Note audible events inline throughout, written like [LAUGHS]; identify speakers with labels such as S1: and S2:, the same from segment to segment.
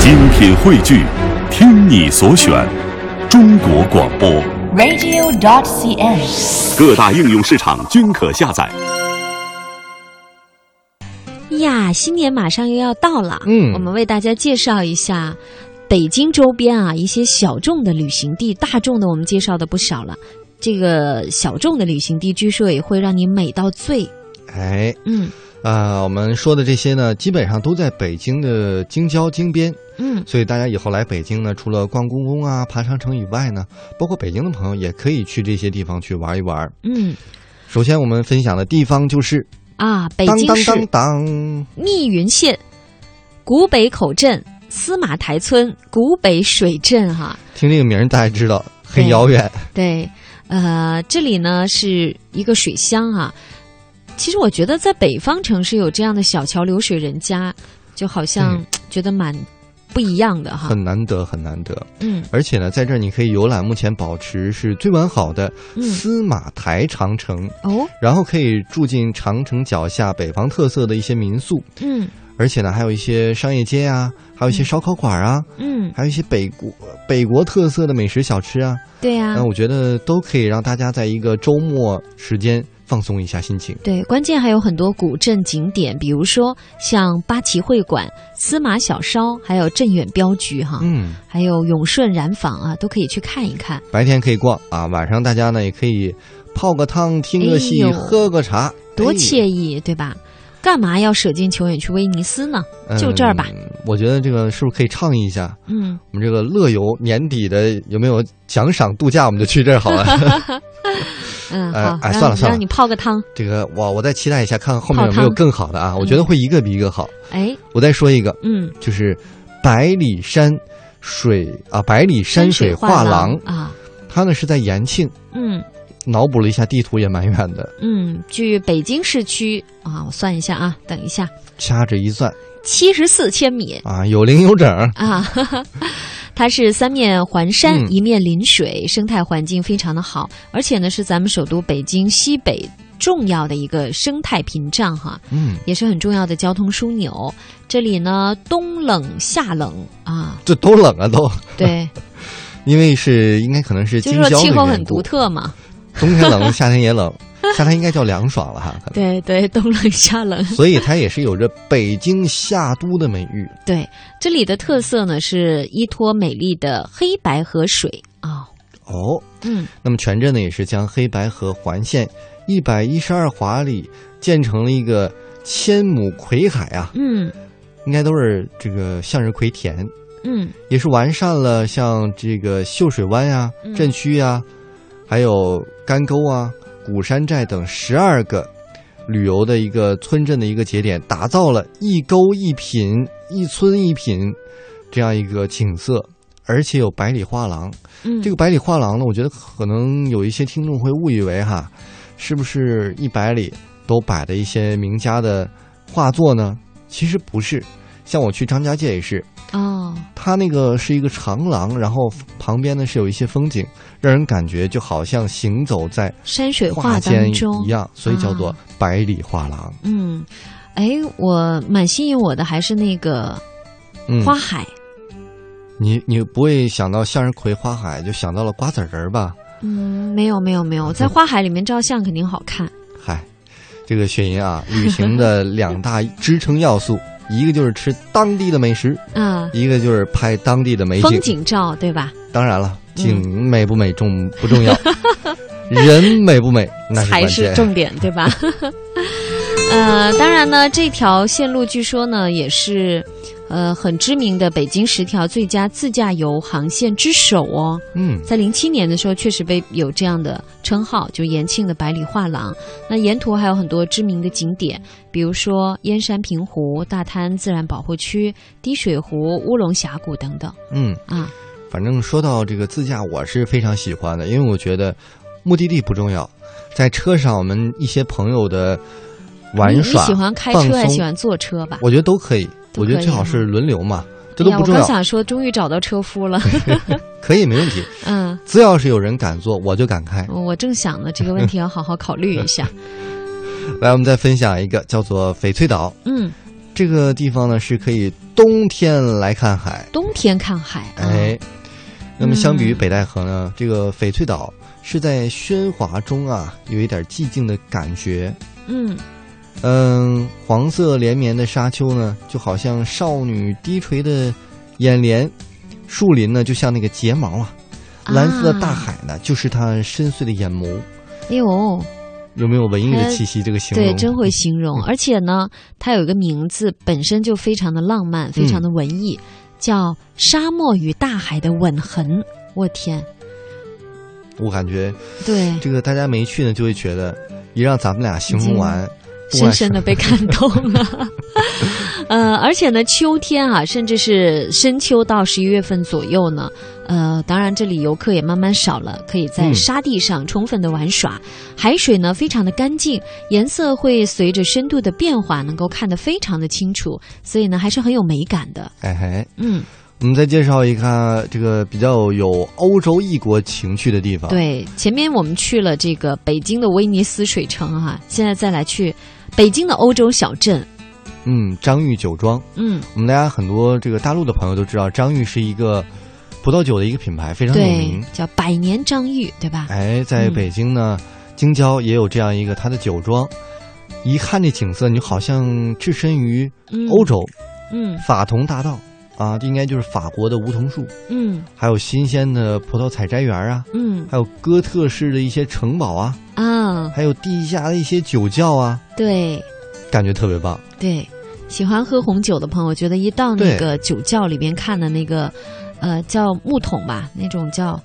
S1: 精品汇聚，听你所选，中国广播。
S2: radio.cn。
S1: 各大应用市场均可下载。
S3: 呀，新年马上又要到了，
S4: 嗯
S3: 我们为大家介绍一下北京周边啊一些小众的旅行地，大众的我们介绍的不少了。这个小众的旅行地，据说也会让你美到醉。
S4: 哎，
S3: 嗯
S4: 啊、我们说的这些呢，基本上都在北京的京郊京边，
S3: 嗯，
S4: 所以大家以后来北京呢，除了逛故宫啊、爬长城以外呢，包括北京的朋友也可以去这些地方去玩一玩。
S3: 嗯
S4: 首先，我们分享的地方就是
S3: 啊，北
S4: 当
S3: 京
S4: 当
S3: 市
S4: 当当，
S3: 密云县古北口镇司马台村古北水镇哈、
S4: 听这个名儿大家知道很
S3: 对
S4: 遥远，
S3: 对，呃，这里呢是一个水乡啊。其实我觉得在北方城市有这样的小桥流水人家，就好像觉得蛮不一样的哈。
S4: 嗯很难得，很难得。
S3: 嗯
S4: 而且呢，在这儿你可以游览目前保持是最完好的
S3: 嗯
S4: 司马台长城，
S3: 哦
S4: 然后可以住进长城脚下北方特色的一些民宿。
S3: 嗯
S4: 而且呢，还有一些商业街啊，还有一些烧烤馆啊，
S3: 嗯，
S4: 还有一些北国北国特色的美食小吃啊，
S3: 对呀、
S4: 那、我觉得都可以让大家在一个周末时间放松一下心情。
S3: 对，关键还有很多古镇景点，比如说像八旗会馆、司马小烧，还有镇远镖局哈，
S4: 嗯，
S3: 还有永顺染坊啊，都可以去看一看。
S4: 白天可以逛啊，晚上大家呢也可以泡个汤、听个戏、
S3: 哎呦
S4: 喝个茶，
S3: 多
S4: 哎
S3: 惬意，对吧？干嘛要舍近求远去威尼斯呢？就这儿吧。
S4: 嗯我觉得这个是不是可以倡议一下？
S3: 嗯，
S4: 我们这个乐游年底的有没有奖赏度假？我们就去这儿好
S3: [LAUGHS]
S4: 了。
S3: 嗯，
S4: 哎
S3: 好，
S4: 哎
S3: 让
S4: 算了
S3: 你
S4: 算了
S3: 让你泡个汤。
S4: 这个我我再期待一下，看后面有没
S3: 泡
S4: 有
S3: 汤
S4: 更好的啊？我觉得会一个比一个好。
S3: 哎，
S4: 我再说一个，
S3: 嗯，
S4: 就是百里山水啊，百里山水画廊，
S3: 啊，
S4: 它呢是在延庆。
S3: 嗯
S4: 脑补了一下地图，也蛮远的，
S3: 嗯，距北京市区啊，我算一下啊，等一下，
S4: 掐指一算
S3: 七十四千米
S4: 啊，有零有整。
S3: 啊。 [LAUGHS] 哈哈，它是三面环山，
S4: 嗯
S3: 一面临水，生态环境非常的好，而且呢是咱们首都北京西北重要的一个生态屏障哈。
S4: 嗯，
S3: 也是很重要的交通枢纽。这里呢，冬冷夏冷啊，
S4: 这都冷啊都， [LAUGHS]
S3: 对，
S4: 因为是应该可能是
S3: 就
S4: 京
S3: 是说
S4: 郊的
S3: 气候
S4: 缘
S3: 很独，
S4: 故
S3: 特嘛。
S4: 冬天
S3: [LAUGHS]
S4: 冷，夏天也冷，夏天应该叫凉爽了哈。可能
S3: 对对，冬冷夏冷。
S4: 所以它也是有着北京夏都的美誉。
S3: 对，这里的特色呢是依托美丽的黑白河水啊、
S4: 哦，
S3: 嗯
S4: 那么全镇呢也是将黑白河环线一百一十二华里建成了一个千亩葵海啊，
S3: 嗯
S4: 应该都是这个向日葵田，
S3: 嗯
S4: 也是完善了像这个秀水湾呀、
S3: 嗯
S4: 镇区呀、还有干沟啊、古山寨等十二个旅游的一个村镇的一个节点，打造了一沟一品、一村一品这样一个景色，而且有百里画廊。
S3: 嗯，
S4: 这个百里画廊呢，我觉得可能有一些听众会误以为哈，是不是一百里都摆的一些名家的画作呢？其实不是，像我去张家界也是，
S3: 哦，
S4: 它那个是一个长廊，然后旁边呢是有一些风景，让人感觉就好像行走在
S3: 山水
S4: 画
S3: 画
S4: 间
S3: 当
S4: 一
S3: 中，
S4: 样，所以叫做
S3: 啊
S4: 百里画廊。
S3: 嗯，哎，我蛮吸引我的还是那个
S4: 嗯，
S3: 花海，
S4: 你你不会想到向日葵花海就想到了瓜子仁儿吧？
S3: 嗯，没有没有没有，在花海里面照相肯定好看，
S4: 嗨，这个雪银啊，旅
S3: [LAUGHS]
S4: 行的两大支撑要素，一个就是吃当地的美食，
S3: 嗯，
S4: 一个就是拍当地的美景。
S3: 风景嗯照对吧？
S4: 当然了，景美不美重不重
S3: [LAUGHS]
S4: 要，人美不美那是
S3: 才
S4: 关
S3: 是
S4: 键。
S3: 重点，对
S4: [LAUGHS]
S3: 吧？呃，当然呢，这条线路据说呢也是，呃，很知名的北京十条最佳自驾游航线之首哦。
S4: 嗯，
S3: 在零七年的时候，确实被有这样的称号，就延庆的百里画廊。那沿途还有很多知名的景点，比如说燕山平湖、大滩自然保护区、滴水湖、乌龙峡谷等等
S4: 嗯，
S3: 啊。
S4: 反正说到这个自驾，我是非常喜欢的，因为我觉得目的地不重要，在车上我们一些朋友的
S3: 你
S4: 玩
S3: 你
S4: 耍，
S3: 喜欢开
S4: 放
S3: 车还
S4: 松
S3: 喜欢坐车吧？
S4: 我觉得都可以。
S3: 都
S4: 我觉得
S3: 可以
S4: 最好
S3: 哈
S4: 是轮流嘛，
S3: 哎
S4: 这都
S3: 呀，
S4: 不
S3: 我
S4: 重
S3: 刚
S4: 要，
S3: 想说，终于找到车夫
S4: [LAUGHS]
S3: 了。
S4: 可以没问题。
S3: 嗯。
S4: 只要是有人敢坐，我就敢开。
S3: 我正想呢，这个问题
S4: [LAUGHS]
S3: 要好好考虑一下。
S4: 来，我们再分享一个叫做翡翠岛。
S3: 嗯
S4: 这个地方呢是可以冬天来看海，
S3: 冬天看海啊，
S4: 哎，那么相比于北戴河
S3: 嗯
S4: 呢，这个翡翠岛是在喧哗中啊，有一点寂静的感觉。
S3: 嗯，
S4: 嗯，黄色连绵的沙丘呢，就好像少女低垂的眼帘；树林呢，就像那个睫毛啊；蓝色的大海呢，就是她深邃的眼眸。
S3: 哎呦，
S4: 有没有文艺的气息？这个形容
S3: 对，真会形
S4: 嗯
S3: 容。而且呢，它有一个名字，本身就非常的浪漫，非常的文
S4: 嗯
S3: 艺，叫《沙漠与大海的吻痕》。我天，
S4: 我感觉
S3: 对，
S4: 这个大家没去呢，就会觉得一让咱们俩形容
S3: 嗯
S4: 完，不
S3: 深
S4: 管
S3: 深的被感
S4: [LAUGHS]
S3: 动了。 [LAUGHS] 呃，而且呢，秋天啊，甚至是深秋到十一月份左右呢，呃，当然这里游客也慢慢少了，可以在
S4: 嗯
S3: 沙地上充分的玩耍。海水呢非常的干净，颜色会随着深度的变化能够看得非常的清楚，所以呢还是很有美感的。
S4: 哎嘿。
S3: 嗯，
S4: 我们再介绍一个这个比较有欧洲异国情趣的地方。，
S3: 对，前面我们去了这个北京的威尼斯水城啊，现在再来去北京的欧洲小镇。
S4: 嗯，张裕酒庄，
S3: 嗯，
S4: 我们大家很多这个大陆的朋友都知道，张裕是一个葡萄酒的一个品牌，非常有
S3: 对
S4: 名。，
S3: 叫百年张裕，对吧？
S4: 哎，在
S3: 嗯
S4: 北京呢，京郊也有这样一个它的酒庄。一看这景色，你就好像置身于
S3: 嗯
S4: 欧洲、
S3: 嗯
S4: 法桐大道啊，应该就是法国的梧桐树，
S3: 嗯
S4: 还有新鲜的葡萄采摘园啊，
S3: 嗯
S4: 还有哥特式的一些城堡啊，
S3: 啊，
S4: 还有地下的一些酒窖啊，
S3: 对
S4: 感觉特别棒。
S3: 对，喜欢喝红酒的朋友，我觉得一到那
S4: 对
S3: 个酒窖里边看的那个，呃，叫木桶吧，那种叫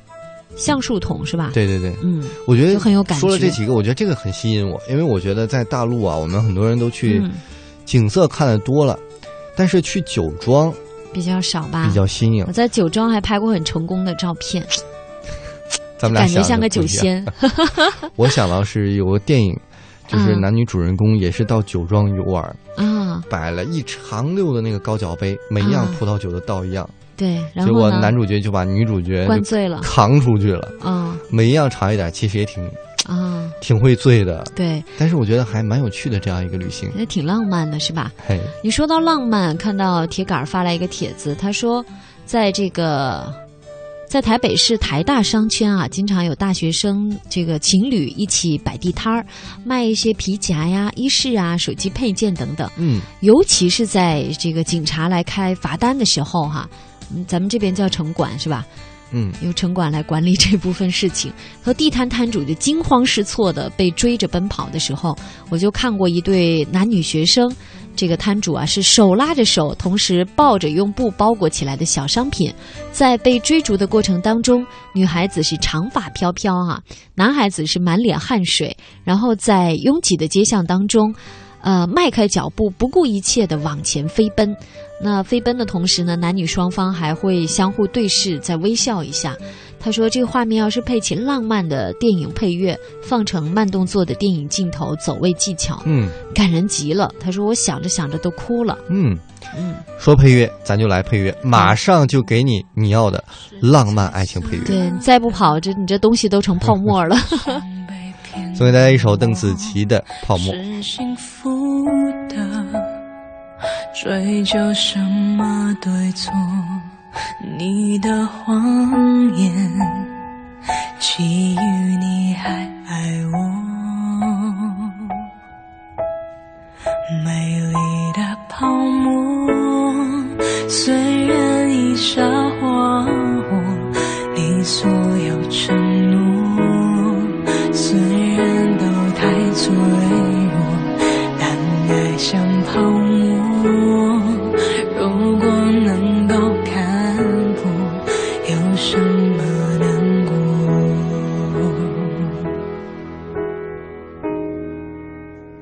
S3: 橡树桶是吧？，
S4: 对对对，
S3: 嗯
S4: 我觉得
S3: 就很有感
S4: 说了
S3: 觉
S4: 这几个，我觉得这个很吸引我，因为我觉得在大陆啊，我们很多人都去
S3: 嗯，
S4: 景色看的多了，但是去酒庄
S3: 比较少吧。
S4: 比较新颖
S3: 我。在酒庄还拍过很成功的照片，
S4: 咱们俩
S3: 感觉
S4: 想
S3: 像
S4: 的
S3: 个
S4: 不一
S3: 酒
S4: 样。
S3: 仙。 [LAUGHS]
S4: 我想到是有个电影，就是
S3: 嗯
S4: 男女主人公也是到酒庄游玩，
S3: 啊，
S4: 摆了一长溜的那个高脚杯，每一样
S3: 啊
S4: 葡萄酒都倒一样，
S3: 对，然
S4: 结
S3: 后
S4: 果
S3: 呢，
S4: 男主角就把女主角
S3: 灌
S4: 就
S3: 醉了
S4: 扛出去了，
S3: 啊
S4: 每一样尝一点，其实也挺
S3: 啊，
S4: 挺会醉的，
S3: 对，
S4: 但是我觉得还蛮有趣的这样一个旅行。
S3: 那挺浪漫的，是吧？
S4: 嘿，
S3: 你说到浪漫，看到铁杆儿发来一个帖子，他说，在这个在台北市台大商圈啊，经常有大学生这个情侣一起摆地摊儿，卖一些皮夹呀、衣饰啊、手机配件等等。
S4: 嗯，
S3: 尤其是在这个警察来开罚单的时候哈、嗯，咱们这边叫城管是吧？
S4: 嗯，
S3: 由城管来管理这部分事情，和地摊摊主就惊慌失措的被追着奔跑的时候，我就看过一对男女学生，这个摊主啊是手拉着手，同时抱着用布包裹起来的小商品，在被追逐的过程当中，女孩子是长发飘飘啊，男孩子是满脸汗水，然后在拥挤的街巷当中。呃，迈开脚步，不顾一切的往前飞奔。那飞奔的同时呢，男女双方还会相互对视，再微笑一下。他说，这个画面要是配起浪漫的电影配乐，放成慢动作的电影镜头，走位技巧，
S4: 嗯
S3: 感人极了。他说，我想着想着都哭了。
S4: 嗯，
S3: 嗯，
S4: 说配乐，咱就来配乐，马上就给你你要的浪漫爱情配乐。
S3: 对，你再不跑，这你这东西都成泡沫了。
S4: 送给大家一首邓紫棋的《泡沫》。
S2: 是幸福的，追究什么对错？你的谎言，基于你还爱我，美丽的泡沫，虽然已沙化我，你所有承诺，虽然都太脆弱，但爱像泡沫，如果能够看破，有什么难过？